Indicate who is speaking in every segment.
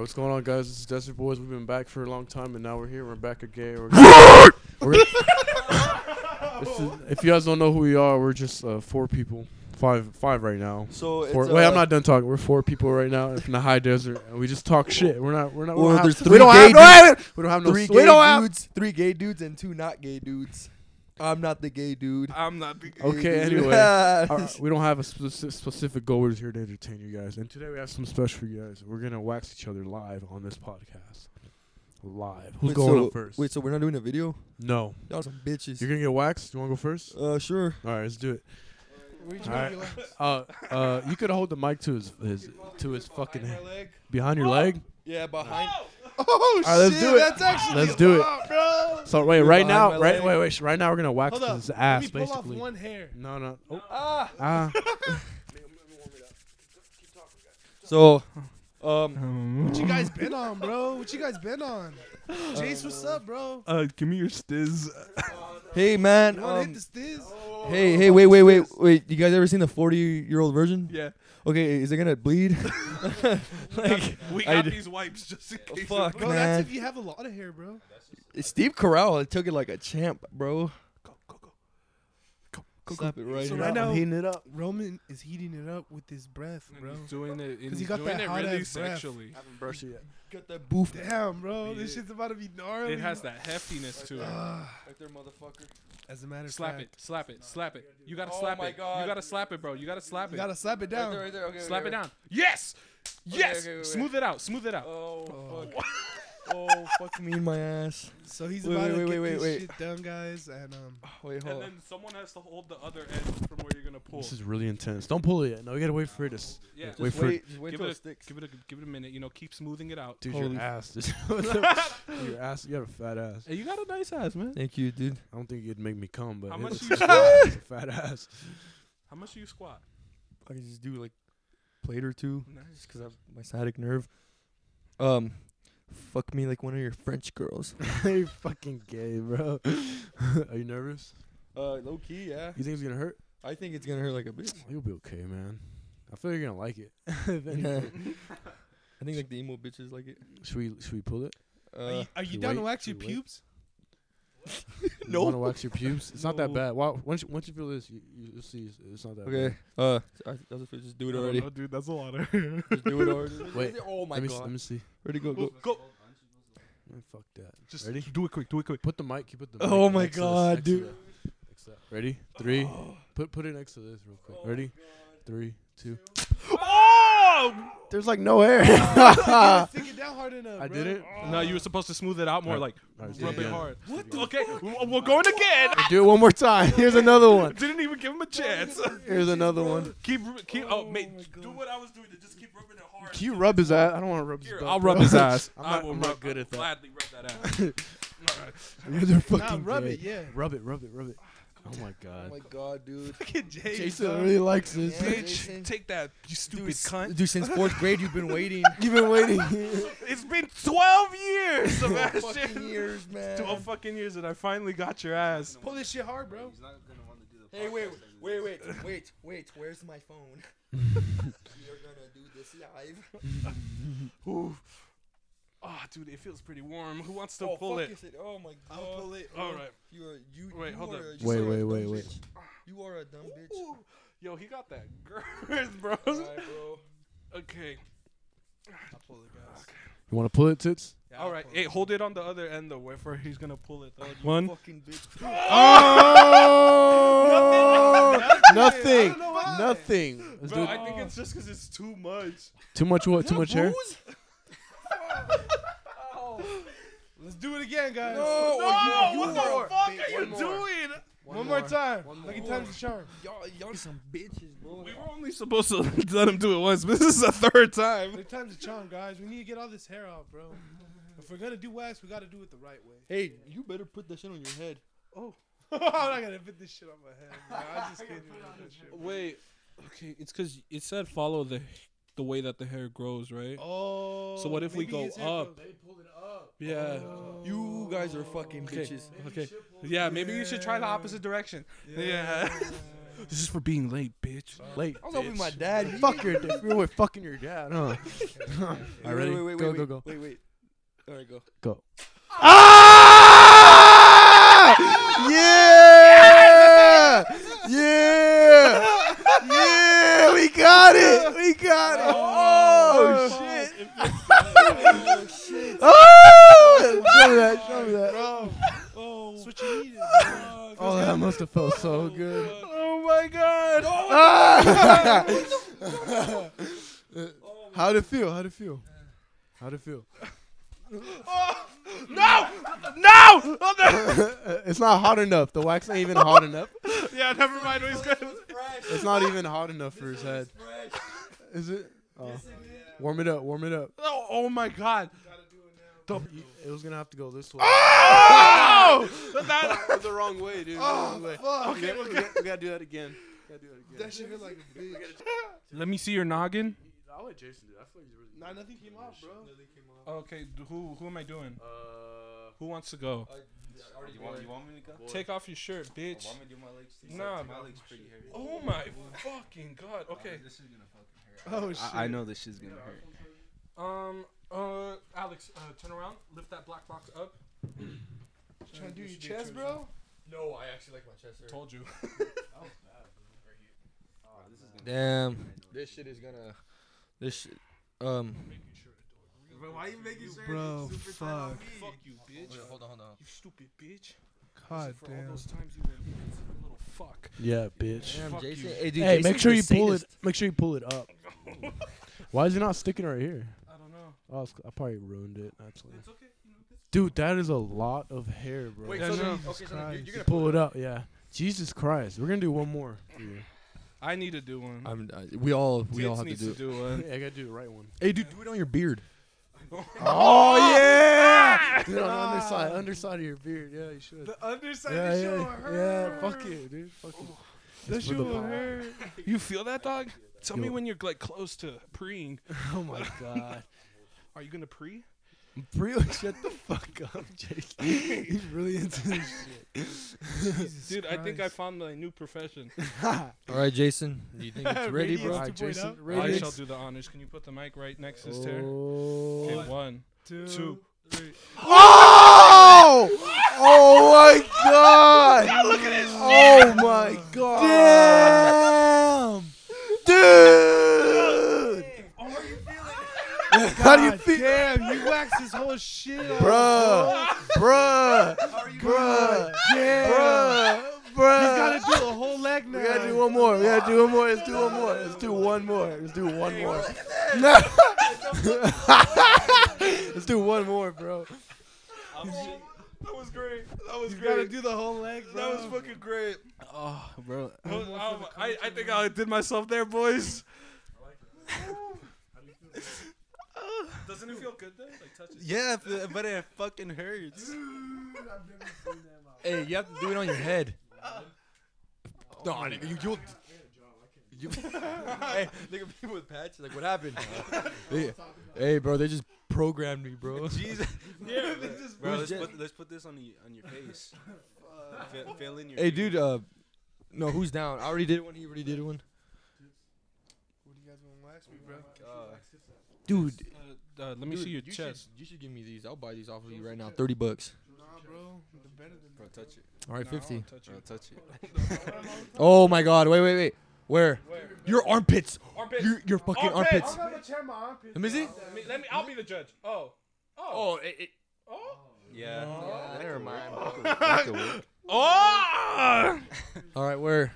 Speaker 1: what's going on, guys? It's Desert Boys. We've been back for a long time, and now we're here. We're back again. We're we're- This is- if you guys don't know who we are, we're just uh, four people, five, five right now.
Speaker 2: So
Speaker 1: Four,
Speaker 2: it's,
Speaker 1: wait,
Speaker 2: uh,
Speaker 1: I'm not done talking. We're four people right now in the high desert, and we just talk shit. We're not. We're not.
Speaker 2: Or
Speaker 1: we, don't
Speaker 2: there's
Speaker 1: have, we
Speaker 2: three
Speaker 1: don't have
Speaker 2: gay
Speaker 1: no. We don't have no.
Speaker 2: Three
Speaker 1: we
Speaker 2: gay
Speaker 1: don't have.
Speaker 2: dudes, three gay dudes, and two not gay dudes. I'm not the gay dude.
Speaker 3: I'm not the gay.
Speaker 1: Okay,
Speaker 2: Dude.
Speaker 1: anyway. All right, we don't have a specific, specific goal. We're just here to entertain you guys, and today we have some special for you guys. We're gonna wax each other live on this podcast. Live. Who's
Speaker 2: Wait,
Speaker 1: going
Speaker 2: so,
Speaker 1: up first?
Speaker 2: Wait, so we're not doing a video?
Speaker 1: No.
Speaker 2: Y'all some bitches.
Speaker 1: You're gonna get waxed. You wanna go first?
Speaker 2: uh, sure.
Speaker 1: All right, let's do it. All right. Uh, uh, you could hold the mic to his, his to his fucking head. behind your leg.
Speaker 2: Yeah, behind. Oh
Speaker 1: All right, let's
Speaker 2: shit,
Speaker 1: do it.
Speaker 2: that's actually.
Speaker 1: Let's do it. So wait, right
Speaker 2: behind my
Speaker 1: now, right,
Speaker 2: leg.
Speaker 1: wait, wait, sh- right now we're gonna wax
Speaker 3: Hold up.
Speaker 1: his
Speaker 3: Let
Speaker 1: ass
Speaker 3: me pull off
Speaker 1: basically.
Speaker 3: one hair.
Speaker 1: No, no. Oh,
Speaker 2: Ah.
Speaker 1: ah.
Speaker 2: So, um,
Speaker 1: Uh-huh.
Speaker 3: What you guys been on, bro? What you guys been on? Jace, what's up, bro?
Speaker 4: Uh, give me your stiz.
Speaker 2: hey man,
Speaker 3: You wanna hit
Speaker 2: um,
Speaker 3: the stiz?
Speaker 2: hey, hey, wait, wait, wait, wait. You guys ever seen the 40 year old version?
Speaker 4: yeah.
Speaker 2: Okay, is it gonna bleed? like,
Speaker 4: We
Speaker 2: I d-
Speaker 4: these wipes just in case.
Speaker 2: fuck,
Speaker 3: Bro,
Speaker 2: man.
Speaker 3: that's if you have a lot of hair, bro.
Speaker 2: Steve Carell it took it like a champ, bro. Slap it right
Speaker 3: So
Speaker 2: here.
Speaker 3: right now-
Speaker 1: heating it up.
Speaker 3: Roman is heating it up with his breath, bro.
Speaker 4: He's doing it.
Speaker 3: Cause
Speaker 4: He's
Speaker 3: he got
Speaker 4: doing
Speaker 3: that
Speaker 4: it
Speaker 3: hot
Speaker 4: really
Speaker 3: ass breath.
Speaker 4: sexually.
Speaker 1: Haven't brushed it yet.
Speaker 2: Got that boof.
Speaker 3: Damn, bro, this
Speaker 4: Yeah.
Speaker 3: shit's about to be gnarly. Ah,
Speaker 4: It has that heftiness to it.
Speaker 2: Right there, motherfucker.
Speaker 3: As a matter of
Speaker 4: Slap
Speaker 3: fact,
Speaker 4: it, slap it, slap it. You gotta
Speaker 2: Oh
Speaker 4: slap
Speaker 2: my
Speaker 4: it.
Speaker 2: God.
Speaker 4: You gotta slap it, bro. You gotta slap
Speaker 3: You
Speaker 4: it.
Speaker 3: gotta slap it down.
Speaker 2: there. Okay,
Speaker 4: slap it down. Yes, yes.
Speaker 2: okay, wait, wait.
Speaker 4: Smooth it out. Smooth it out.
Speaker 2: Oh,
Speaker 4: fuck.
Speaker 2: oh, fuck me in my ass.
Speaker 3: So he's
Speaker 2: Wait, wait,
Speaker 3: about to
Speaker 2: wait,
Speaker 3: get
Speaker 2: wait,
Speaker 3: this
Speaker 2: wait.
Speaker 3: shit done, guys, and um,
Speaker 2: Wait,
Speaker 4: And
Speaker 2: hold on.
Speaker 4: then someone has to hold the other end from where you're gonna pull.
Speaker 1: This is really intense. Don't pull it yet. No, we gotta wait for it to. s-
Speaker 4: Yeah.
Speaker 1: wait
Speaker 2: Just
Speaker 1: for
Speaker 2: wait, just wait
Speaker 4: Give
Speaker 2: till
Speaker 4: it,
Speaker 2: it
Speaker 4: a,
Speaker 2: sticks.
Speaker 4: give it a give it a minute. You know, keep smoothing it out.
Speaker 1: Dude,
Speaker 2: Holy
Speaker 1: your ass. is- your ass. You got a fat ass.
Speaker 4: Hey, you got a nice ass, man.
Speaker 2: Thank you, dude.
Speaker 1: I don't think it'd make me come, but
Speaker 4: How
Speaker 1: it
Speaker 4: much
Speaker 1: is-
Speaker 4: you-
Speaker 1: it's a fat ass.
Speaker 4: How much do you squat?
Speaker 2: I can just do like plate or two
Speaker 4: Nice.
Speaker 2: because I have my sciatic nerve. Um, fuck me like one of your French girls.
Speaker 1: You're fucking gay, bro. Are you nervous?
Speaker 2: Uh, low key, yeah.
Speaker 1: You think it's gonna hurt?
Speaker 2: I think it's gonna hurt like a bitch.
Speaker 1: You'll be okay, man. I feel you're gonna like it. If anything.
Speaker 2: I think like the emo bitches like it.
Speaker 1: should we should we pull it?
Speaker 3: are you,
Speaker 2: Uh,
Speaker 3: are you
Speaker 1: should
Speaker 3: down to
Speaker 1: wait,
Speaker 3: wax your
Speaker 1: should wait.
Speaker 3: pubes?
Speaker 1: No. You want to wax your pubes? It's not that
Speaker 4: No.
Speaker 1: bad. Wow. Once you, once you feel this, you, you- you'll see it's, it's not that
Speaker 2: okay.
Speaker 1: bad.
Speaker 2: Uh, I, I was supposed to just do it already.
Speaker 4: Oh, dude, that's a lot of.
Speaker 2: Just do it already.
Speaker 1: Wait,
Speaker 2: Oh my
Speaker 1: let me s-
Speaker 2: god. Oh
Speaker 1: let me see.
Speaker 2: Ready go go.
Speaker 4: Go.
Speaker 1: Man, fuck that.
Speaker 4: Just
Speaker 1: Ready?
Speaker 4: do it quick. Do it quick.
Speaker 1: Put the mic. You put the.
Speaker 2: Oh
Speaker 1: mic
Speaker 2: my
Speaker 1: next to this,
Speaker 2: God,
Speaker 1: next to
Speaker 2: dude.
Speaker 1: that, next to that. Ready? Three. Put put it next to this real
Speaker 3: Oh
Speaker 1: quick. Ready? Three, two.
Speaker 4: Oh!
Speaker 1: There's like no air.
Speaker 2: Ah.
Speaker 3: Uh, Stick it down hard enough.
Speaker 1: I
Speaker 3: bro.
Speaker 1: did it.
Speaker 4: No, you were supposed to smooth it out more, like
Speaker 1: All right,
Speaker 4: rub
Speaker 1: do
Speaker 4: it
Speaker 1: it
Speaker 4: hard. What? okay, w- we're going again.
Speaker 1: Do it one more time. Here's another one.
Speaker 4: Didn't even give him a chance.
Speaker 1: Here's another one.
Speaker 4: keep, ru- keep. Oh, mate, do what I was doing. to Just keep rubbing it hard.
Speaker 1: Can you rub his ass? I don't want to rub his.
Speaker 4: Here,
Speaker 1: butt,
Speaker 4: I'll
Speaker 1: bro.
Speaker 4: rub his ass.
Speaker 1: I'm not-
Speaker 4: I will
Speaker 1: I'm not
Speaker 4: rub,
Speaker 1: good at that.
Speaker 4: Gladly rub that ass. All right.
Speaker 1: You're
Speaker 3: Nah,
Speaker 1: fucking.
Speaker 3: rub
Speaker 1: gay.
Speaker 3: it, yeah.
Speaker 1: Rub it. Rub it. Rub it. Oh my god.
Speaker 2: god, dude.
Speaker 3: Fucking Jace,
Speaker 1: Jason
Speaker 3: bro.
Speaker 1: really likes this.
Speaker 2: Yeah.
Speaker 4: Bitch, take that, you stupid cunt.
Speaker 2: Dude, since fourth grade you've been waiting.
Speaker 1: You've been waiting.
Speaker 4: It's been 12 years, Sebastian.
Speaker 2: fucking years, man.
Speaker 4: 12 fucking years, and I finally got your ass.
Speaker 3: Pull this shit hard, bro.
Speaker 2: Hey, wait, wait, wait, wait, wait. Where's my phone? we are gonna do this live.
Speaker 4: Ooh. Oh, dude, it feels pretty warm. Who wants to
Speaker 2: oh,
Speaker 4: pull
Speaker 2: fuck
Speaker 4: it?
Speaker 2: is it? Oh my god.
Speaker 3: I'll pull it.
Speaker 4: All right.
Speaker 2: You are you.
Speaker 4: Wait,
Speaker 2: you
Speaker 4: hold
Speaker 2: are
Speaker 4: up.
Speaker 2: a- you
Speaker 1: Wait,
Speaker 2: are a
Speaker 1: wait,
Speaker 2: dumb
Speaker 1: wait, wait.
Speaker 2: bitch. You are a dumb bitch.
Speaker 4: Ooh. Yo, he got that girth, bro.
Speaker 2: Alright, bro.
Speaker 4: Okay.
Speaker 2: I'll pull it, guys.
Speaker 1: You want to pull it, tits?
Speaker 2: Yeah, I'll
Speaker 4: All right.
Speaker 2: pull
Speaker 4: Hey, hold it on the other end though, where for he's gonna pull it. Though.
Speaker 2: You
Speaker 4: One.
Speaker 2: Fucking bitch.
Speaker 1: Oh, nothing,
Speaker 4: Nothing. I don't know why.
Speaker 1: nothing. Let's do
Speaker 4: Bro,
Speaker 1: it.
Speaker 4: I think it's just because it's too much.
Speaker 1: Too much what? Too much hair?
Speaker 2: Booze?
Speaker 3: Let's do it again, guys.
Speaker 2: No,
Speaker 4: Oh,
Speaker 2: you, you
Speaker 4: what the
Speaker 2: are-
Speaker 4: fuck
Speaker 2: Wait,
Speaker 4: are you
Speaker 2: one more.
Speaker 4: doing?
Speaker 3: One, more, time.
Speaker 2: One
Speaker 3: Like a
Speaker 2: more.
Speaker 3: time's a charm.
Speaker 2: Y'all, y'all some bitches, bro.
Speaker 4: We were only supposed to let him do it once, but this is the third time.
Speaker 3: Like a time's a charm, guys. We need to get all this hair off, bro. If we're gonna do wax, we gotta do it the right way.
Speaker 2: Hey, you better put that shit on your head.
Speaker 3: I'm not gonna fit this shit on my head. Bro. I just can't do that shit. bro.
Speaker 4: Wait. Okay, it's because it said follow the the way that the hair grows, right?
Speaker 3: Oh.
Speaker 4: So what if we
Speaker 3: maybe
Speaker 4: go
Speaker 3: his hair Oh.
Speaker 4: up?
Speaker 3: goes-
Speaker 4: Yeah.
Speaker 2: You guys are fucking bitches.
Speaker 4: Okay. Yeah, maybe you should try the opposite direction. Yeah. This is for being late, bitch.
Speaker 1: Late.
Speaker 2: I was up with my
Speaker 1: bitch.
Speaker 2: dad. You
Speaker 1: Fuck your. You're with fucking your dad, huh? All
Speaker 2: Wait,
Speaker 1: right, ready?
Speaker 2: Wait, wait,
Speaker 1: go,
Speaker 2: wait,
Speaker 1: go,
Speaker 2: wait,
Speaker 1: go,
Speaker 2: Wait, wait. All right, go.
Speaker 1: go. Ah! Yeah! Yeah! Yeah! We got it! We got it! Oh, shit!
Speaker 2: Oh shit!
Speaker 1: Oh! Show me that! Show me that!
Speaker 3: Bro. Oh. That's what you needed.
Speaker 1: Oh, that must have felt so good.
Speaker 4: Oh my god.
Speaker 1: Ah! How'd it feel? How'd it feel? How'd it feel?
Speaker 4: No! No! Oh, no!
Speaker 1: it's not hot enough. The wax ain't even hot enough.
Speaker 4: yeah, never mind. What he's gonna.
Speaker 1: It's not even hot enough for his head.
Speaker 2: Fresh.
Speaker 1: Is it? Oh. Warm it up. Warm it up.
Speaker 4: Oh, oh my god.
Speaker 1: It was gonna have to go this way.
Speaker 4: Oh! that,
Speaker 1: the wrong way, dude. Oh, fuck. Okay, we, gotta, do that again. Gotta do that again.
Speaker 3: That shit hit like a bitch.
Speaker 4: let me see your noggin.
Speaker 1: I'll let Jason do. That. I feel like he's really.
Speaker 3: Nah, nothing came off, bro.
Speaker 4: Okay, d- who who am I doing?
Speaker 1: Uh,
Speaker 4: Who wants to go?
Speaker 5: You want, you want me to go?
Speaker 4: Take off your shirt, bitch.
Speaker 5: Want me to Oh, do my legs? too?
Speaker 4: Nah,
Speaker 5: my
Speaker 4: bro.
Speaker 5: legs pretty hairy.
Speaker 4: Oh my fucking god. Okay.
Speaker 5: This is gonna fucking hurt.
Speaker 3: Oh shit.
Speaker 5: I, I know this shit's gonna hurt.
Speaker 4: Um. Uh. Alex, uh, turn around. Lift that black box up.
Speaker 3: Trying to do your chest, bro.
Speaker 2: No, I actually like my chest. hair.
Speaker 4: Told you. Oh,
Speaker 5: this is
Speaker 2: Damn. This shit is gonna. This shit. Um.
Speaker 5: But why you making sure
Speaker 3: Bro, fuck.
Speaker 4: Fuck you, bitch.
Speaker 5: Hold on, hold on.
Speaker 4: You stupid bitch.
Speaker 3: God
Speaker 4: For all
Speaker 3: damn.
Speaker 4: those times you were a little fuck.
Speaker 1: yeah, bitch.
Speaker 2: Damn,
Speaker 4: Fuck
Speaker 2: Jason.
Speaker 4: you.
Speaker 2: Hey, dude,
Speaker 1: Hey,
Speaker 2: Jason
Speaker 1: make sure you
Speaker 2: just say
Speaker 1: pull
Speaker 2: this-
Speaker 1: it. Make sure you pull it up. Why is it not sticking right here?
Speaker 4: I don't know.
Speaker 1: Oh, it's- I probably ruined it actually.
Speaker 4: It's okay. You know, this
Speaker 1: Dude, that is a lot of hair, bro.
Speaker 2: Wait,
Speaker 4: Yeah,
Speaker 2: so
Speaker 4: no.
Speaker 2: then- okay, so then you're,
Speaker 3: Christ.
Speaker 2: you're gonna
Speaker 1: pull it up, yeah. Jesus Christ, we're gonna do one more.
Speaker 4: I need to do one.
Speaker 2: I'm, uh, we all we
Speaker 4: Tits
Speaker 2: all have to
Speaker 4: needs
Speaker 2: do. it.
Speaker 1: I
Speaker 4: one.
Speaker 1: gotta do the right one.
Speaker 2: Hey, dude, do it on your beard.
Speaker 1: Oh yeah, dude, on the underside, underside of your beard. Yeah, you should.
Speaker 3: The underside
Speaker 1: yeah,
Speaker 3: of
Speaker 1: yeah,
Speaker 3: the show
Speaker 1: yeah.
Speaker 3: hurt.
Speaker 1: Fuck it, dude. Fuck it.
Speaker 3: That
Speaker 1: It's for
Speaker 3: shit
Speaker 1: the
Speaker 3: will
Speaker 1: power.
Speaker 3: hurt.
Speaker 4: you feel that, dog? Tell me
Speaker 1: Yo.
Speaker 4: when you're like close to preeing.
Speaker 1: Oh my god.
Speaker 4: Are you gonna pre?
Speaker 1: Brio, shut the fuck up, Jake. He's really into this
Speaker 4: Dude, I think I
Speaker 3: Christ.
Speaker 4: found my new profession.
Speaker 1: shit.
Speaker 2: All right, Jason. Do you think it's ready,
Speaker 3: Radiance
Speaker 2: bro?
Speaker 1: Alright,
Speaker 3: 2.0.
Speaker 1: Jason,
Speaker 4: I
Speaker 1: Radiance.
Speaker 4: shall do the honors. Can you put the mic right next to his tear?
Speaker 1: Oh.
Speaker 4: Okay, one.
Speaker 3: Two.
Speaker 4: Two.
Speaker 3: Three.
Speaker 1: Oh! Oh my god! look at this Oh my god! Damn! Dude! How do you feel?
Speaker 3: Damn, you waxed his whole shit off.
Speaker 1: Bruh! Bruh! Bruh! Bruh! Bruh!
Speaker 3: He's gotta do a whole leg now.
Speaker 1: We gotta do one more. We gotta do one more. Let's do one more. Let's do one more. Let's do one more. Let's do one more, bro.
Speaker 4: That was great. That was
Speaker 3: You gotta do the whole leg, bro.
Speaker 4: fucking great.
Speaker 5: Oh, bro.
Speaker 4: I, I think I did myself there, boys. Doesn't it feel good though? Like touch it.
Speaker 5: Yeah, but- but it fucking hurts. hey, you have to do it on your head.
Speaker 1: Uh,
Speaker 2: No, you, you'll. You, hey, nigga, people with patches. Like, what happened? hey, hey, bro, they just programmed me, bro.
Speaker 5: Jesus.
Speaker 4: Yeah,
Speaker 5: Bro, let's
Speaker 2: Who's
Speaker 5: put, let's put this on, the, on your face. Fill- fill in your
Speaker 2: Hey, dude. Uh, no, who's down? I already did one. He already did one.
Speaker 3: What do you guys wanna wax me, bro?
Speaker 2: Dude,
Speaker 4: Uh, uh, let me
Speaker 2: dude,
Speaker 4: see your
Speaker 2: you should-
Speaker 4: chest.
Speaker 2: you should give me these. I'll buy these off of you right now. Thirty bucks.
Speaker 3: Nah, bro. The better than
Speaker 5: Bro, touch it.
Speaker 2: All right,
Speaker 4: Nah, I wanna
Speaker 2: fifty.
Speaker 4: touch
Speaker 5: Bro,
Speaker 4: it.
Speaker 5: touch it.
Speaker 2: Oh my God! Wait, wait, wait. Where?
Speaker 4: Where?
Speaker 2: Your armpits.
Speaker 4: Armpit.
Speaker 2: Your your fucking
Speaker 4: Armpits.
Speaker 2: armpits.
Speaker 3: I'm gonna check my armpits.
Speaker 2: Let me see.
Speaker 4: Let me, let me. I'll be the judge. Oh. Oh.
Speaker 2: it, it,
Speaker 4: Oh.
Speaker 5: Yeah.
Speaker 2: never mind.
Speaker 4: Oh.
Speaker 2: All right, where?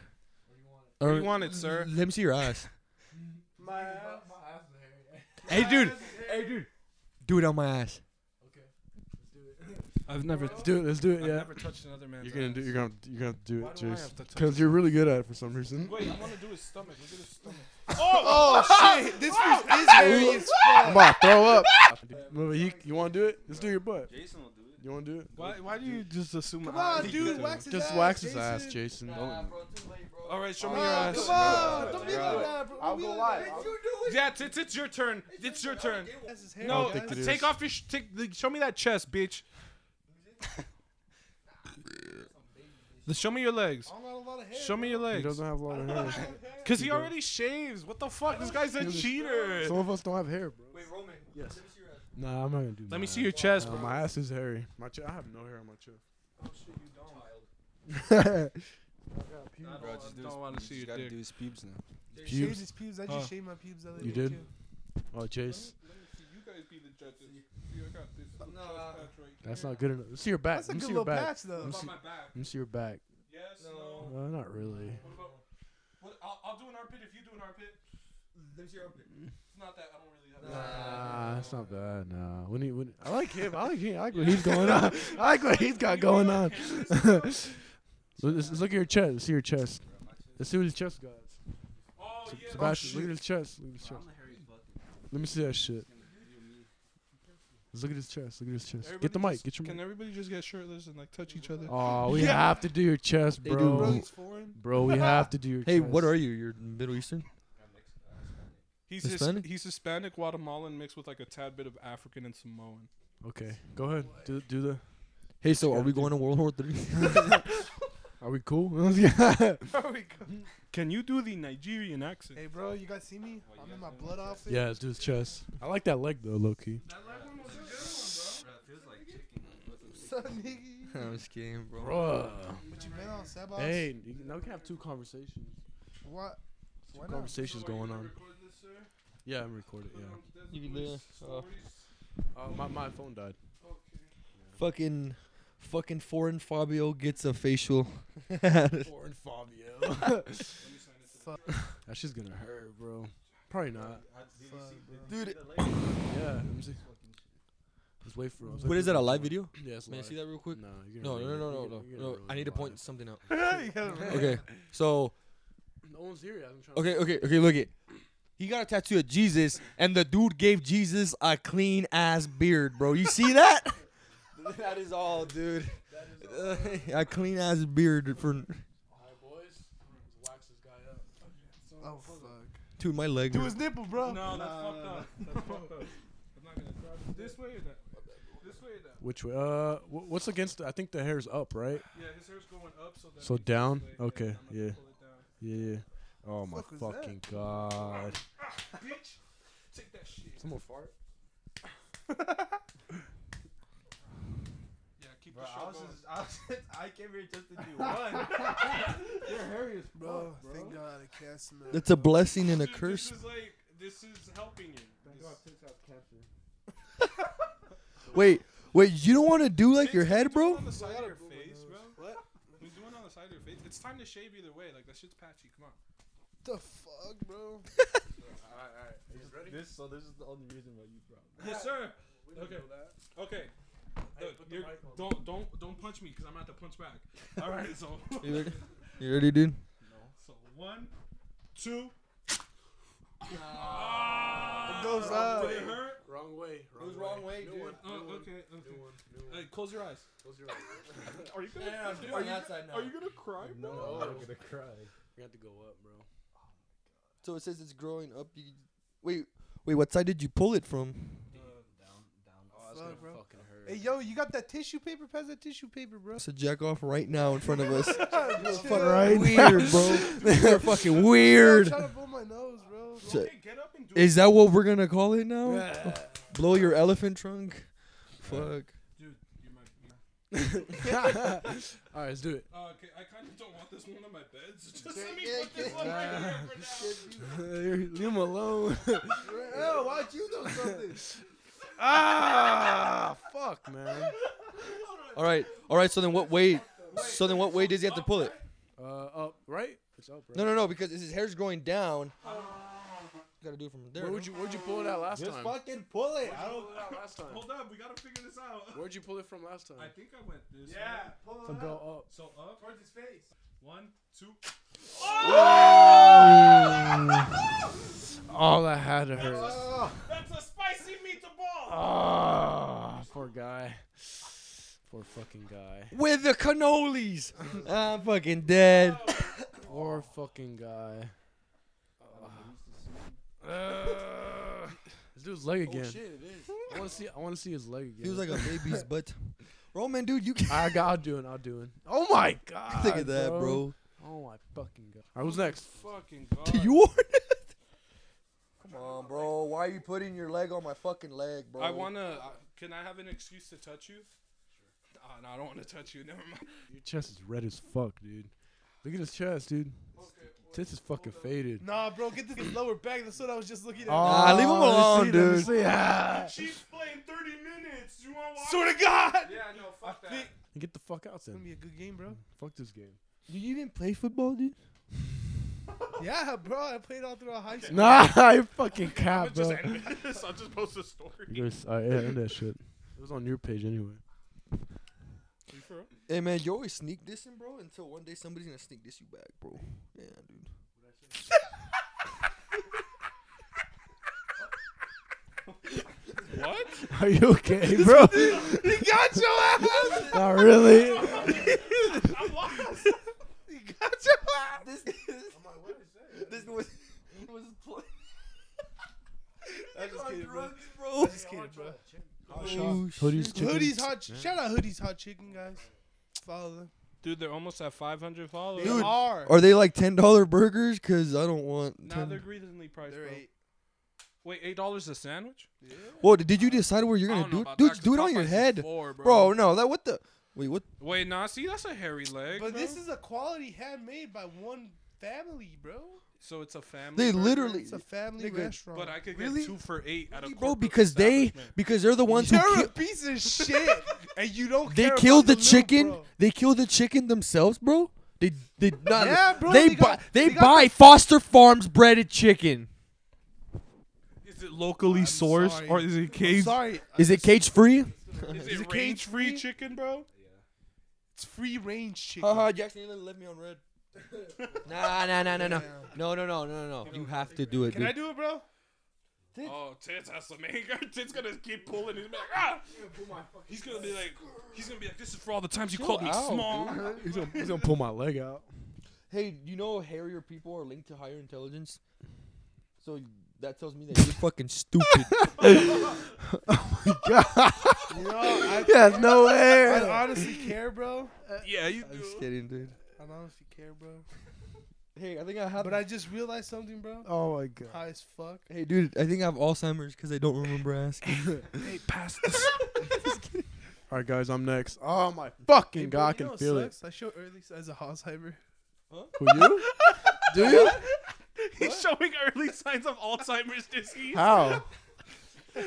Speaker 2: Where
Speaker 4: you want it, sir?
Speaker 2: Let me see your ass.
Speaker 3: My ass.
Speaker 2: hey, dude. Hey, dude. Do it on my ass.
Speaker 4: I've never.
Speaker 1: Let's do it. Let's do it.
Speaker 4: I've
Speaker 1: Yeah.
Speaker 4: never touched another man's.
Speaker 1: You're gonna do. You're gonna. You're gonna do
Speaker 4: Why
Speaker 1: it,
Speaker 4: do I
Speaker 1: Jason.
Speaker 4: have to touch
Speaker 1: Because you're really good at it for some reason.
Speaker 4: Wait, I want to do his stomach. Look at his stomach.
Speaker 3: Oh shit! This is hairy as
Speaker 1: I'm about to throw up. Well, You, you want to do it? Let's do your butt.
Speaker 5: Jason will do it.
Speaker 1: You want to do it?
Speaker 4: Why? Why do you just assume?
Speaker 3: Come
Speaker 4: I-
Speaker 3: on, dude. Wax his
Speaker 1: Just
Speaker 3: ass,
Speaker 1: wax his ass,
Speaker 3: Jason.
Speaker 1: Jason. Don't-
Speaker 4: All right, show me
Speaker 3: Come
Speaker 4: your
Speaker 3: on,
Speaker 4: ass.
Speaker 3: come on! Don't be like
Speaker 1: Bro.
Speaker 3: that, bro.
Speaker 1: I'll
Speaker 3: Don't be
Speaker 1: go
Speaker 3: like
Speaker 1: live.
Speaker 3: that.
Speaker 1: I'll-
Speaker 3: You do it.
Speaker 4: That's it's it's your turn. It's your turn.
Speaker 3: That's his hair,
Speaker 4: No,
Speaker 1: think
Speaker 3: guys.
Speaker 1: it is.
Speaker 4: take off your. Sh- take, the- show me that chest, bitch. The, show me your legs.
Speaker 3: I don't got a lot of hair.
Speaker 4: Show me your
Speaker 1: He
Speaker 4: legs.
Speaker 1: doesn't have a lot of hair.
Speaker 4: Cause he
Speaker 1: He don't.
Speaker 4: already shaves. What the fuck? This guy's a
Speaker 1: He was-
Speaker 4: cheater.
Speaker 1: Some of us don't have hair, bro.
Speaker 5: Wait, Roman.
Speaker 1: Yes. Nah, I'm not gonna do.
Speaker 4: Let
Speaker 1: my
Speaker 4: me see
Speaker 1: ass.
Speaker 4: your chest,
Speaker 1: Nah,
Speaker 4: bro.
Speaker 1: my ass is hairy. My ch- I have no hair on my chest.
Speaker 5: Bro, just do
Speaker 4: don't
Speaker 5: his-
Speaker 4: want to
Speaker 5: you
Speaker 4: see
Speaker 5: just
Speaker 4: your
Speaker 5: gotta
Speaker 4: dick.
Speaker 5: do his pubes now.
Speaker 3: They
Speaker 1: Pubes.
Speaker 3: shaved his pubes. I just
Speaker 4: Huh.
Speaker 3: shaved my pubes the other
Speaker 1: You
Speaker 3: day,
Speaker 1: did?
Speaker 3: too.
Speaker 1: oh, Chase, that's not good enough. Let me see your back.
Speaker 3: That's a
Speaker 1: Let me
Speaker 3: good
Speaker 1: see your
Speaker 3: little
Speaker 1: back.
Speaker 3: patch,
Speaker 1: Let
Speaker 3: though.
Speaker 1: me see, let me see your back. Uh, not really.
Speaker 4: I'll, I'll do an armpit if you do an armpit. It's not that I don't really have.
Speaker 1: Nah, it's not bad. Nah, when he when I like him, I like him. I like what he's going on. I like what he's got going on. let's, let's look at your chest. Let's see your chest. Let's see what his chest got.
Speaker 4: Oh yeah.
Speaker 1: Sebastian, look at his chest. Look at his chest. Let me see that shit. Let's look at his chest. Look at his chest. get the
Speaker 4: Everybody
Speaker 1: mic.
Speaker 4: just-
Speaker 1: Get your
Speaker 4: Can
Speaker 1: mic.
Speaker 4: everybody just get shirtless and like touch each other?
Speaker 1: Oh, we have to do your chest,
Speaker 2: They do,
Speaker 1: bro.
Speaker 2: bro.
Speaker 3: It's foreign.
Speaker 1: Bro, we have to do your
Speaker 2: Hey,
Speaker 1: chest.
Speaker 2: what are you? You're Middle Eastern?
Speaker 4: He's his,
Speaker 2: Hispanic?
Speaker 4: he's Hispanic Guatemalan mixed with like a tad bit of African and Samoan.
Speaker 1: Okay, go ahead. Do do the.
Speaker 2: Hey, so are
Speaker 1: gotta
Speaker 2: we
Speaker 1: do-
Speaker 2: going to World War Three?
Speaker 1: Are we cool? yeah.
Speaker 4: Can you do the Nigerian accent?
Speaker 3: Hey, bro, you guys see me? I'm in my blood outfit.
Speaker 1: Let's do his chest. I like that leg though, low key.
Speaker 3: Son, nigga.
Speaker 2: I'm just kidding, bro.
Speaker 1: Bruh.
Speaker 3: What you been on, Sebas?
Speaker 1: Hey, you- now we can have two conversations.
Speaker 3: What? Why not?
Speaker 1: Conversations going on. Yeah, I'm recording. Yeah.
Speaker 2: You can do Oh,
Speaker 1: Uh, my my phone died.
Speaker 2: Fucking, fucking foreign Fabio gets a facial.
Speaker 1: Foreign Fabio.
Speaker 3: Fuck,
Speaker 1: that shit's gonna hurt, bro. Probably not.
Speaker 3: fuck, bro.
Speaker 2: Dude,
Speaker 1: Yeah. Let me see. Just wait for us.
Speaker 2: what is that? A live video?
Speaker 1: Yeah, it's
Speaker 2: May I see
Speaker 1: live.
Speaker 2: that real quick?
Speaker 1: Nah, you're
Speaker 2: No,
Speaker 1: gonna
Speaker 2: no,
Speaker 1: ruin
Speaker 2: no,
Speaker 1: it.
Speaker 2: no,
Speaker 1: You're
Speaker 2: no,
Speaker 1: gonna- you're
Speaker 2: no.
Speaker 1: gonna
Speaker 2: I need to
Speaker 1: ruin
Speaker 2: point
Speaker 1: it.
Speaker 2: something out.
Speaker 3: You gotta remember.
Speaker 2: Okay, so
Speaker 1: No one's here yet. I'm trying
Speaker 2: okay, okay, okay. Look it. He got a tattoo of Jesus, and the dude gave Jesus a clean ass beard, bro. You see that? that is all, dude. a clean ass beard for
Speaker 1: Hi, boys. Let's wax this guy up.
Speaker 3: Oh, fuck.
Speaker 2: dude. My leg.
Speaker 3: Do
Speaker 2: hurt.
Speaker 3: his nipple, bro.
Speaker 4: No, that's fucked up. That's fucked up. I'm not gonna This way or that way? This way or that way?
Speaker 1: Which way? Uh, wh- what's against? The, I think the hair's up, right?
Speaker 4: Yeah, his hair's going up so that
Speaker 1: So
Speaker 4: makes it
Speaker 1: down?
Speaker 4: this way.
Speaker 1: Okay,
Speaker 4: I'm gonna
Speaker 1: yeah.
Speaker 4: pull it down.
Speaker 1: Yeah. Oh my
Speaker 3: fuck was that?
Speaker 1: fucking god.
Speaker 4: Bitch, take that shit.
Speaker 1: Someone fart.
Speaker 4: Yeah, keep
Speaker 5: Bro,
Speaker 4: the
Speaker 5: I,
Speaker 4: show
Speaker 5: was
Speaker 4: going.
Speaker 5: just, I, was just, I came here just to do one. You're hairy as
Speaker 3: Bro, thank God I can't smell.
Speaker 2: It's a blessing and a
Speaker 4: Dude,
Speaker 2: curse.
Speaker 4: This is like this is helping you. This-
Speaker 2: Wait, wait. You don't want to do like
Speaker 4: Bitch,
Speaker 2: your
Speaker 4: can you
Speaker 2: head,
Speaker 4: do it
Speaker 2: bro?
Speaker 4: On the side of your face, bro. What? We're doing on the side of your face. It's time to shave either way. Like that shit's patchy. Come on.
Speaker 3: the fuck, bro?
Speaker 5: This, so this is the only reason why you brought
Speaker 4: Yes, sir. Okay. Okay. Look, you're, don't don't don't punch me because I'm about to punch back. All right. So
Speaker 2: You ready? You ready, dude?
Speaker 4: so one, two.
Speaker 3: It goes
Speaker 4: Ah,
Speaker 3: up.
Speaker 4: Did it hurt?
Speaker 1: Wrong way. Wrong
Speaker 5: It was wrong way, dude.
Speaker 4: Oh, okay. Okay.
Speaker 1: New one. New
Speaker 4: Hey, close your eyes.
Speaker 1: Close your eyes.
Speaker 4: Are you gonna?
Speaker 5: do it
Speaker 4: are,
Speaker 5: on
Speaker 4: you,
Speaker 5: that side now.
Speaker 4: are you gonna cry?
Speaker 1: No, I'm gonna cry. Oh. We have to go up, bro.
Speaker 2: So it says it's growing up. You wait, wait. What side did you pull it from?
Speaker 1: Oh,
Speaker 3: that's Fuck, gonna bro.
Speaker 1: fucking hurt.
Speaker 3: Hey, yo, you got that tissue paper? Pass that tissue paper, bro.
Speaker 2: So jack off right now in front of us.
Speaker 3: Fuck right.
Speaker 2: Weird, bro. You're fucking
Speaker 3: I'm
Speaker 2: weird.
Speaker 3: trying to blow my nose, bro.
Speaker 2: So-
Speaker 4: Okay, get up and do
Speaker 2: Is
Speaker 4: it.
Speaker 2: that what we're gonna call it now? Blow your elephant trunk. Fuck.
Speaker 4: Dude, you might. you-
Speaker 1: All right, let's do it.
Speaker 4: Uh, okay, I kind of don't want this one on my bed. So just
Speaker 3: Yeah,
Speaker 4: let me
Speaker 3: yeah,
Speaker 4: put this
Speaker 3: yeah.
Speaker 4: one right here for now.
Speaker 1: Leave him alone.
Speaker 3: Bro, why'd you do something?
Speaker 1: ah, fuck, man.
Speaker 2: All right, all right. So then what way? So then what way does he have to pull it?
Speaker 1: Uh, up, right? It's up, right?
Speaker 2: No, no, no. Because his hair's growing down. Gotta do it from there.
Speaker 1: Where would you Where'd you pull it out last
Speaker 5: Just
Speaker 1: time?
Speaker 5: fucking pull
Speaker 1: Where'd
Speaker 5: it.
Speaker 1: you pull it out last time?
Speaker 4: Hold up, we gotta figure this out.
Speaker 1: Where'd you pull it from last time?
Speaker 4: I think I went this.
Speaker 5: Yeah,
Speaker 4: way.
Speaker 5: pull
Speaker 1: So
Speaker 5: it.
Speaker 1: go
Speaker 5: up.
Speaker 1: up.
Speaker 4: So up. Towards his face. One, two.
Speaker 1: All I had to hurt.
Speaker 5: Oh,
Speaker 4: That's a spicy meatball.
Speaker 1: Ah, poor guy. Poor fucking guy.
Speaker 2: With the cannolis. I'm fucking dead.
Speaker 1: Poor fucking guy. Ugh. Let's do his leg again.
Speaker 5: shit, it is.
Speaker 2: Oh,
Speaker 1: I want to see. I want to see his leg again.
Speaker 2: Feels like a baby's butt. Roman, dude, you can't
Speaker 1: I got, I'll do it. I'll do it. Oh my god.
Speaker 2: think of that, Ah, bro.
Speaker 1: Oh my fucking god. All right, who's next?
Speaker 4: Fucking god.
Speaker 2: To Oh. you are. Come on, bro. Why are you putting your leg on my fucking leg, bro?
Speaker 4: I wanna. I- Can I have an excuse to touch you? Ah, no, I don't want to touch you. Never mind.
Speaker 1: Your chest is red as fuck, dude. Look at his chest, dude. This is fucking faded.
Speaker 3: Nah, bro, get this lower back. That's what I was just looking at.
Speaker 2: Nah, leave him
Speaker 1: let me
Speaker 2: alone,
Speaker 1: see, let me
Speaker 2: dude.
Speaker 1: see. Ah.
Speaker 4: She's playing 30 minutes. You want to watch?
Speaker 3: Swear to God.
Speaker 4: Yeah, no, fuck that.
Speaker 3: think-
Speaker 1: Get the fuck out
Speaker 3: It's gonna
Speaker 1: then.
Speaker 3: be a good game, bro.
Speaker 1: Fuck this game.
Speaker 2: Do you even play football, dude?
Speaker 3: Yeah, bro. I played all throughout high school.
Speaker 1: Nah, you fucking
Speaker 4: I'm
Speaker 1: cap,
Speaker 4: gonna just
Speaker 1: bro.
Speaker 4: end this. I'll just post a story.
Speaker 1: You're gonna, s- all right, yeah, end that shit. It was on your page anyway.
Speaker 4: You for real?
Speaker 2: Hey, man, you always sneak dissing, bro. Until one day somebody's gonna sneak this you back, bro. Yeah, dude.
Speaker 4: What?
Speaker 1: Are you okay, bro?
Speaker 3: He got your ass.
Speaker 1: Not really.
Speaker 4: I'm lost.
Speaker 2: He got your ass. This, I'm like, what is that? This was was playing.
Speaker 3: I'm just kidding, bro.
Speaker 2: bro.
Speaker 3: Just kidding, bro.
Speaker 2: Oh,
Speaker 1: Hoodies,
Speaker 2: shit.
Speaker 1: chicken.
Speaker 3: Hoodies hot. Ch- Shout out hoodies hot chicken, guys. Follow them.
Speaker 4: Dude, they're almost at 500 followers.
Speaker 3: They
Speaker 2: Dude.
Speaker 3: are.
Speaker 2: Are they like ten dollar burgers? Cause I don't want.
Speaker 4: Nah, they're
Speaker 2: 10
Speaker 4: reasonably priced,
Speaker 3: They're
Speaker 4: bro.
Speaker 3: eight.
Speaker 4: Wait, eight dollars a sandwich?
Speaker 2: Well, did you decide where you're
Speaker 4: I
Speaker 2: gonna
Speaker 4: don't know
Speaker 2: do it?
Speaker 4: about
Speaker 2: Dude,
Speaker 4: that,
Speaker 2: just
Speaker 4: 'cause
Speaker 2: do it on your
Speaker 4: Popeyes is
Speaker 2: head,
Speaker 4: four, bro.
Speaker 2: bro. No, that what the? Wait, what?
Speaker 4: Wait, nah. See, that's a hairy leg.
Speaker 3: But
Speaker 4: bro.
Speaker 3: this is a quality handmade by one family, bro.
Speaker 4: so it's a family.
Speaker 2: They
Speaker 4: burger,
Speaker 2: literally,
Speaker 3: It's a family
Speaker 2: Nigga,
Speaker 3: restaurant.
Speaker 4: But I could get
Speaker 2: Really?
Speaker 4: two for eight at a
Speaker 2: bro,
Speaker 4: corporate
Speaker 2: because they
Speaker 4: establishment.
Speaker 2: because they're the ones who
Speaker 3: You're a
Speaker 2: ki-
Speaker 3: piece of shit, and you don't.
Speaker 2: they
Speaker 3: care
Speaker 2: killed the
Speaker 3: about little
Speaker 2: chicken.
Speaker 3: bro.
Speaker 2: They killed the chicken themselves, bro. They they not.
Speaker 3: Yeah, bro,
Speaker 2: They,
Speaker 3: they
Speaker 2: buy
Speaker 3: got-
Speaker 2: they,
Speaker 3: they got
Speaker 2: buy Foster Farms breaded chicken.
Speaker 4: Is it locally
Speaker 3: I'm
Speaker 4: sourced
Speaker 3: sorry.
Speaker 4: or is it
Speaker 3: I'm
Speaker 4: cage?
Speaker 3: sorry,
Speaker 2: Is it cage free?
Speaker 4: Is
Speaker 3: Is
Speaker 4: it
Speaker 3: it
Speaker 4: cage free
Speaker 3: cage-free?
Speaker 4: chicken, bro?
Speaker 3: it's free range chicken.
Speaker 1: Uh-huh.
Speaker 2: Haha, Uh-huh, Jackson, you left me on red. Nah, nah, nah, nah, no,
Speaker 3: Yeah.
Speaker 2: no, no, no, no, no. You have to do it.
Speaker 3: Can I
Speaker 2: Dude.
Speaker 3: do it, bro?
Speaker 4: Oh, Tits has some anger. Tits gonna keep pulling. He's gonna be like, ah. He's gonna be like, he's gonna be like, this is for all the times you called me
Speaker 2: out,
Speaker 4: small.
Speaker 1: He's gonna, he's gonna pull my leg out.
Speaker 2: Hey, you know hairier people are linked to higher intelligence. So that tells me that you're fucking stupid.
Speaker 3: You know, I,
Speaker 1: Yeah, no
Speaker 3: I
Speaker 1: way.
Speaker 3: honestly care, bro.
Speaker 4: Yeah, you
Speaker 2: I'm just
Speaker 4: do.
Speaker 2: kidding, dude.
Speaker 3: I honestly care, bro.
Speaker 2: Hey, I think I have.
Speaker 3: But I just realized something, bro.
Speaker 1: Oh my god.
Speaker 3: High as fuck.
Speaker 2: Hey, dude, I think I have Alzheimer's because I don't remember asking.
Speaker 4: Hey, pass this.
Speaker 1: All right, guys, I'm next. Oh my fucking
Speaker 3: Hey, bro,
Speaker 1: god, I
Speaker 3: you know
Speaker 1: can
Speaker 3: what
Speaker 1: feel it.
Speaker 3: sucks? I show early signs of Alzheimer.
Speaker 1: Who you? Do you?
Speaker 4: he's showing early signs of Alzheimer's disease.
Speaker 1: How?
Speaker 3: I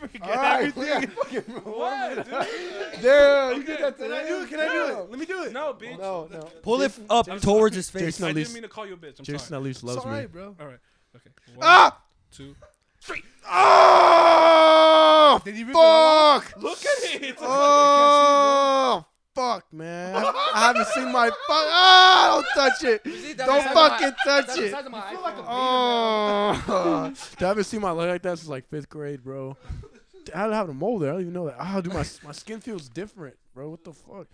Speaker 3: forget
Speaker 1: All right,
Speaker 3: everything.
Speaker 1: yeah.
Speaker 4: What,
Speaker 1: Damn,
Speaker 4: dude?
Speaker 1: you did
Speaker 4: Okay,
Speaker 1: that
Speaker 3: Can
Speaker 1: today?
Speaker 3: I do it? Can I do it? Let me do it.
Speaker 4: no, bitch.
Speaker 1: No, no.
Speaker 2: Pull it up
Speaker 4: Jason-
Speaker 2: towards his face.
Speaker 1: Jason
Speaker 4: I
Speaker 1: at
Speaker 4: didn't
Speaker 1: least,
Speaker 4: mean to call you a bitch. I'm
Speaker 1: Jason
Speaker 4: sorry.
Speaker 1: at least
Speaker 3: It's
Speaker 1: loves me.
Speaker 3: alright, bro.
Speaker 4: All right. Okay. One,
Speaker 1: Ah!
Speaker 4: two.
Speaker 1: Oh!
Speaker 3: Did you rip it all off?
Speaker 1: Fuck!
Speaker 4: Look at it.
Speaker 1: Oh! Fuck, man. I haven't seen my fuck. Ah! Don't touch it. Don't fucking touch it. Oh, Dude, I haven't seen my leg like that since like fifth grade, bro. Dude, I don't have a mole there. I don't even know that. Oh, dude, my my skin feels different, bro. What the fuck?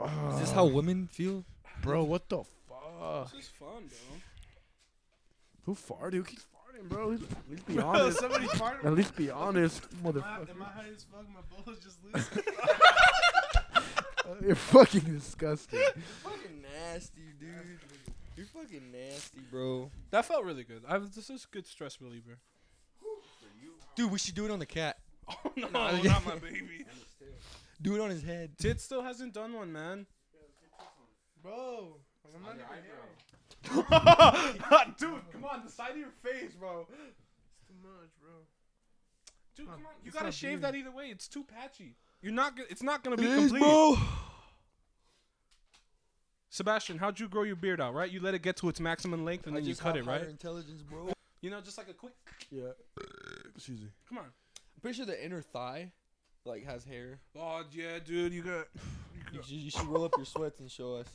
Speaker 1: Oh,
Speaker 2: Is this how women feel?
Speaker 1: bro? What the fuck?
Speaker 4: This is fun, bro.
Speaker 1: Who farted? Who keeps farting, bro? At least be
Speaker 3: Bro,
Speaker 1: honest.
Speaker 3: somebody farted.
Speaker 1: At least be honest,
Speaker 3: Am
Speaker 1: motherfucker.
Speaker 3: I- am I high as fuck? My balls just loose.
Speaker 1: You're fucking disgusting.
Speaker 2: fucking nasty, dude. You're fucking nasty, bro.
Speaker 4: That felt really good. I was, this is good stress reliever.
Speaker 2: Dude, we should do it on the cat.
Speaker 4: Oh no, not my baby.
Speaker 2: Do it on his head.
Speaker 4: Tit still hasn't done one, man.
Speaker 3: Bro, like, I'm not even here.
Speaker 4: Dude, come on, the side of your face, bro.
Speaker 3: It's too much, bro.
Speaker 4: Dude, come on. You
Speaker 3: It's
Speaker 4: gotta
Speaker 3: not
Speaker 4: shave
Speaker 3: beard.
Speaker 4: that either way. It's too patchy. You're not. go- It's not gonna be
Speaker 2: It is,
Speaker 4: complete.
Speaker 2: bro.
Speaker 4: Sebastian, how'd you grow your beard out? Right, you let it get to its maximum length and
Speaker 2: I
Speaker 4: then you
Speaker 2: just
Speaker 4: cut
Speaker 2: have
Speaker 4: it, right?
Speaker 2: higher Intelligence, bro. I'm
Speaker 4: You know, just like a quick.
Speaker 1: Yeah. Excuse me.
Speaker 4: Come on.
Speaker 2: pretty sure the inner thigh, like, has hair.
Speaker 4: Oh yeah, dude, you got.
Speaker 2: You should, you should roll up your sweats and show us.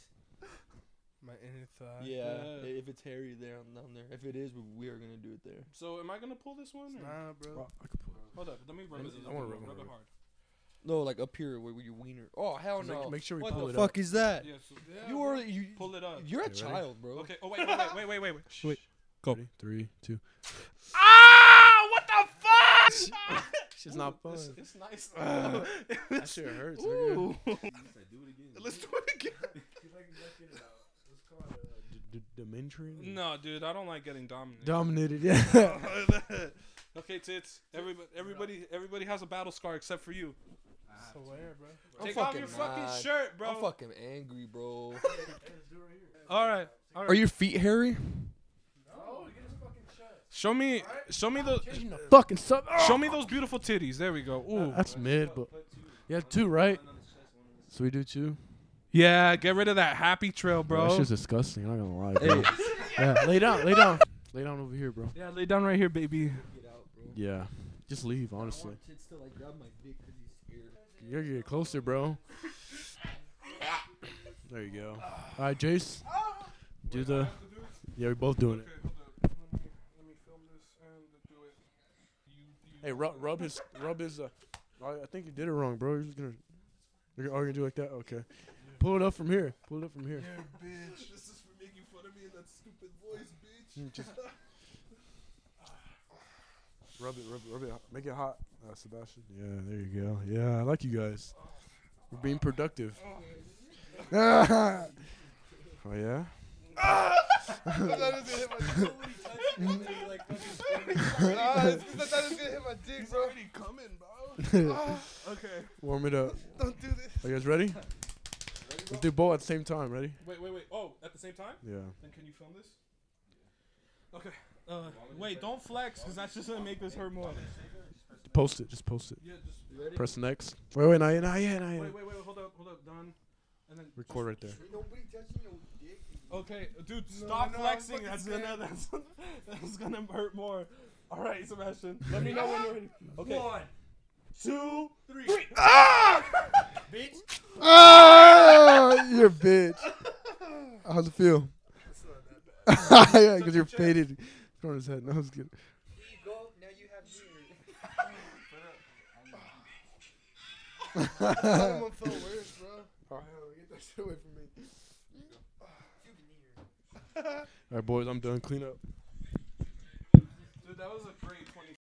Speaker 3: My inner thigh.
Speaker 2: Yeah,
Speaker 4: yeah.
Speaker 2: if it's hairy there, I'm down there. If it is, we- we are gonna do it there.
Speaker 4: So am I gonna pull this one? or-
Speaker 3: Nah, bro.
Speaker 4: Hold up, let me
Speaker 1: Let
Speaker 4: rub it.
Speaker 1: me-
Speaker 4: a
Speaker 1: I
Speaker 4: little
Speaker 1: wanna
Speaker 4: bit,
Speaker 1: rub it,
Speaker 4: rub
Speaker 1: rub it.
Speaker 4: it hard.
Speaker 2: No, like up here where your wiener. Oh hell no!
Speaker 1: Make, make sure we
Speaker 2: what
Speaker 1: pull
Speaker 2: the
Speaker 1: it
Speaker 2: fuck is that?
Speaker 4: Yeah, so
Speaker 3: Yeah,
Speaker 2: you
Speaker 3: bro.
Speaker 2: are you.
Speaker 4: pull it up.
Speaker 2: You're a
Speaker 1: Okay, ready?
Speaker 2: child, bro.
Speaker 4: Okay. Oh wait, wait, wait, wait, wait, wait, wait.
Speaker 1: up. Wait. Three, two.
Speaker 4: Ah! What the fuck?
Speaker 1: Shit's not fun.
Speaker 4: It's, it's nice.
Speaker 1: Uh.
Speaker 4: though.
Speaker 1: That shit hurts. nigga.
Speaker 4: Ooh.
Speaker 5: do it again.
Speaker 4: Let's do it again.
Speaker 1: D- d- Dementry?
Speaker 4: No, dude, I don't like getting dominated.
Speaker 1: Dominated, yeah.
Speaker 4: okay, tits. Everybody, everybody, everybody has a battle scar except for you.
Speaker 3: So where, bro?
Speaker 2: I'm
Speaker 4: Take off
Speaker 2: fucking
Speaker 4: your fucking
Speaker 2: mad.
Speaker 4: shirt, bro.
Speaker 2: I'm fucking angry, bro.
Speaker 4: All right. All right.
Speaker 2: Are your feet hairy?
Speaker 4: show me, show me the,
Speaker 1: Fucking sub. Oh!
Speaker 4: show me those beautiful titties. There we go. Ooh.
Speaker 1: That's mid, but you have two, right? So we do two.
Speaker 4: Yeah, get rid of that happy trail,
Speaker 1: Bro, that
Speaker 4: bro.
Speaker 1: shit's disgusting. I'm not gonna lie. Bro. yeah, lay down, lay down, lay down over here, bro.
Speaker 4: Yeah, lay down right here, baby.
Speaker 1: Yeah, just leave. Honestly,
Speaker 2: Kids to like grab my dick because he's scared.
Speaker 1: you gotta get closer, bro. There you go. All right, Jace, do the. Yeah, we're both doing it. Hey, rub, rub his, rub his. Uh, I I think you did it wrong, bro. You're just gonna. You're gonna, oh, you're gonna do like that. Okay. Pull it up from here. Pull it up from here.
Speaker 4: Bitch, this is for making fun of me in that stupid voice, bitch.
Speaker 1: Rub it, rub it, rub it. hot- Make it hot, uh, Sebastian. Yeah, there you go. Yeah, I like you guys. We're being productive. oh yeah.
Speaker 3: Ah, it's 'cause I thought it was gonna hit my dick, bro.
Speaker 4: Okay.
Speaker 1: Warm it up.
Speaker 3: Don't do this.
Speaker 1: Are you guys ready? Let's do both at the same time. Ready?
Speaker 4: Wait, wait, wait. Oh, at the same time?
Speaker 1: Yeah.
Speaker 4: Then can you film this? Okay. Uh, wait, don't flex, because that's just gonna make this hurt more.
Speaker 1: Post it. Just post it.
Speaker 4: Yeah, just
Speaker 1: Press next. Wait, wait, not yet, not yet, not yet.
Speaker 4: wait, wait, wait. Hold up, hold up, done. And then
Speaker 1: Record right there.
Speaker 4: Okay, dude, stop
Speaker 3: no, I'm
Speaker 4: flexing.
Speaker 3: fucking
Speaker 4: That's gonna that's, that's gonna hurt more. All right, Sebastian. Let me know when you're ready. Okay. One, two, three.
Speaker 3: Ah!
Speaker 1: Oh, you're a bitch. How's it feel? yeah, because you're faded. Throw his head. No, I was kidding.
Speaker 3: Someone felt worse, bro. Oh, hell, get that shit away from me.
Speaker 1: All right, boys, I'm done. Clean up.
Speaker 4: Dude, that was a great 20.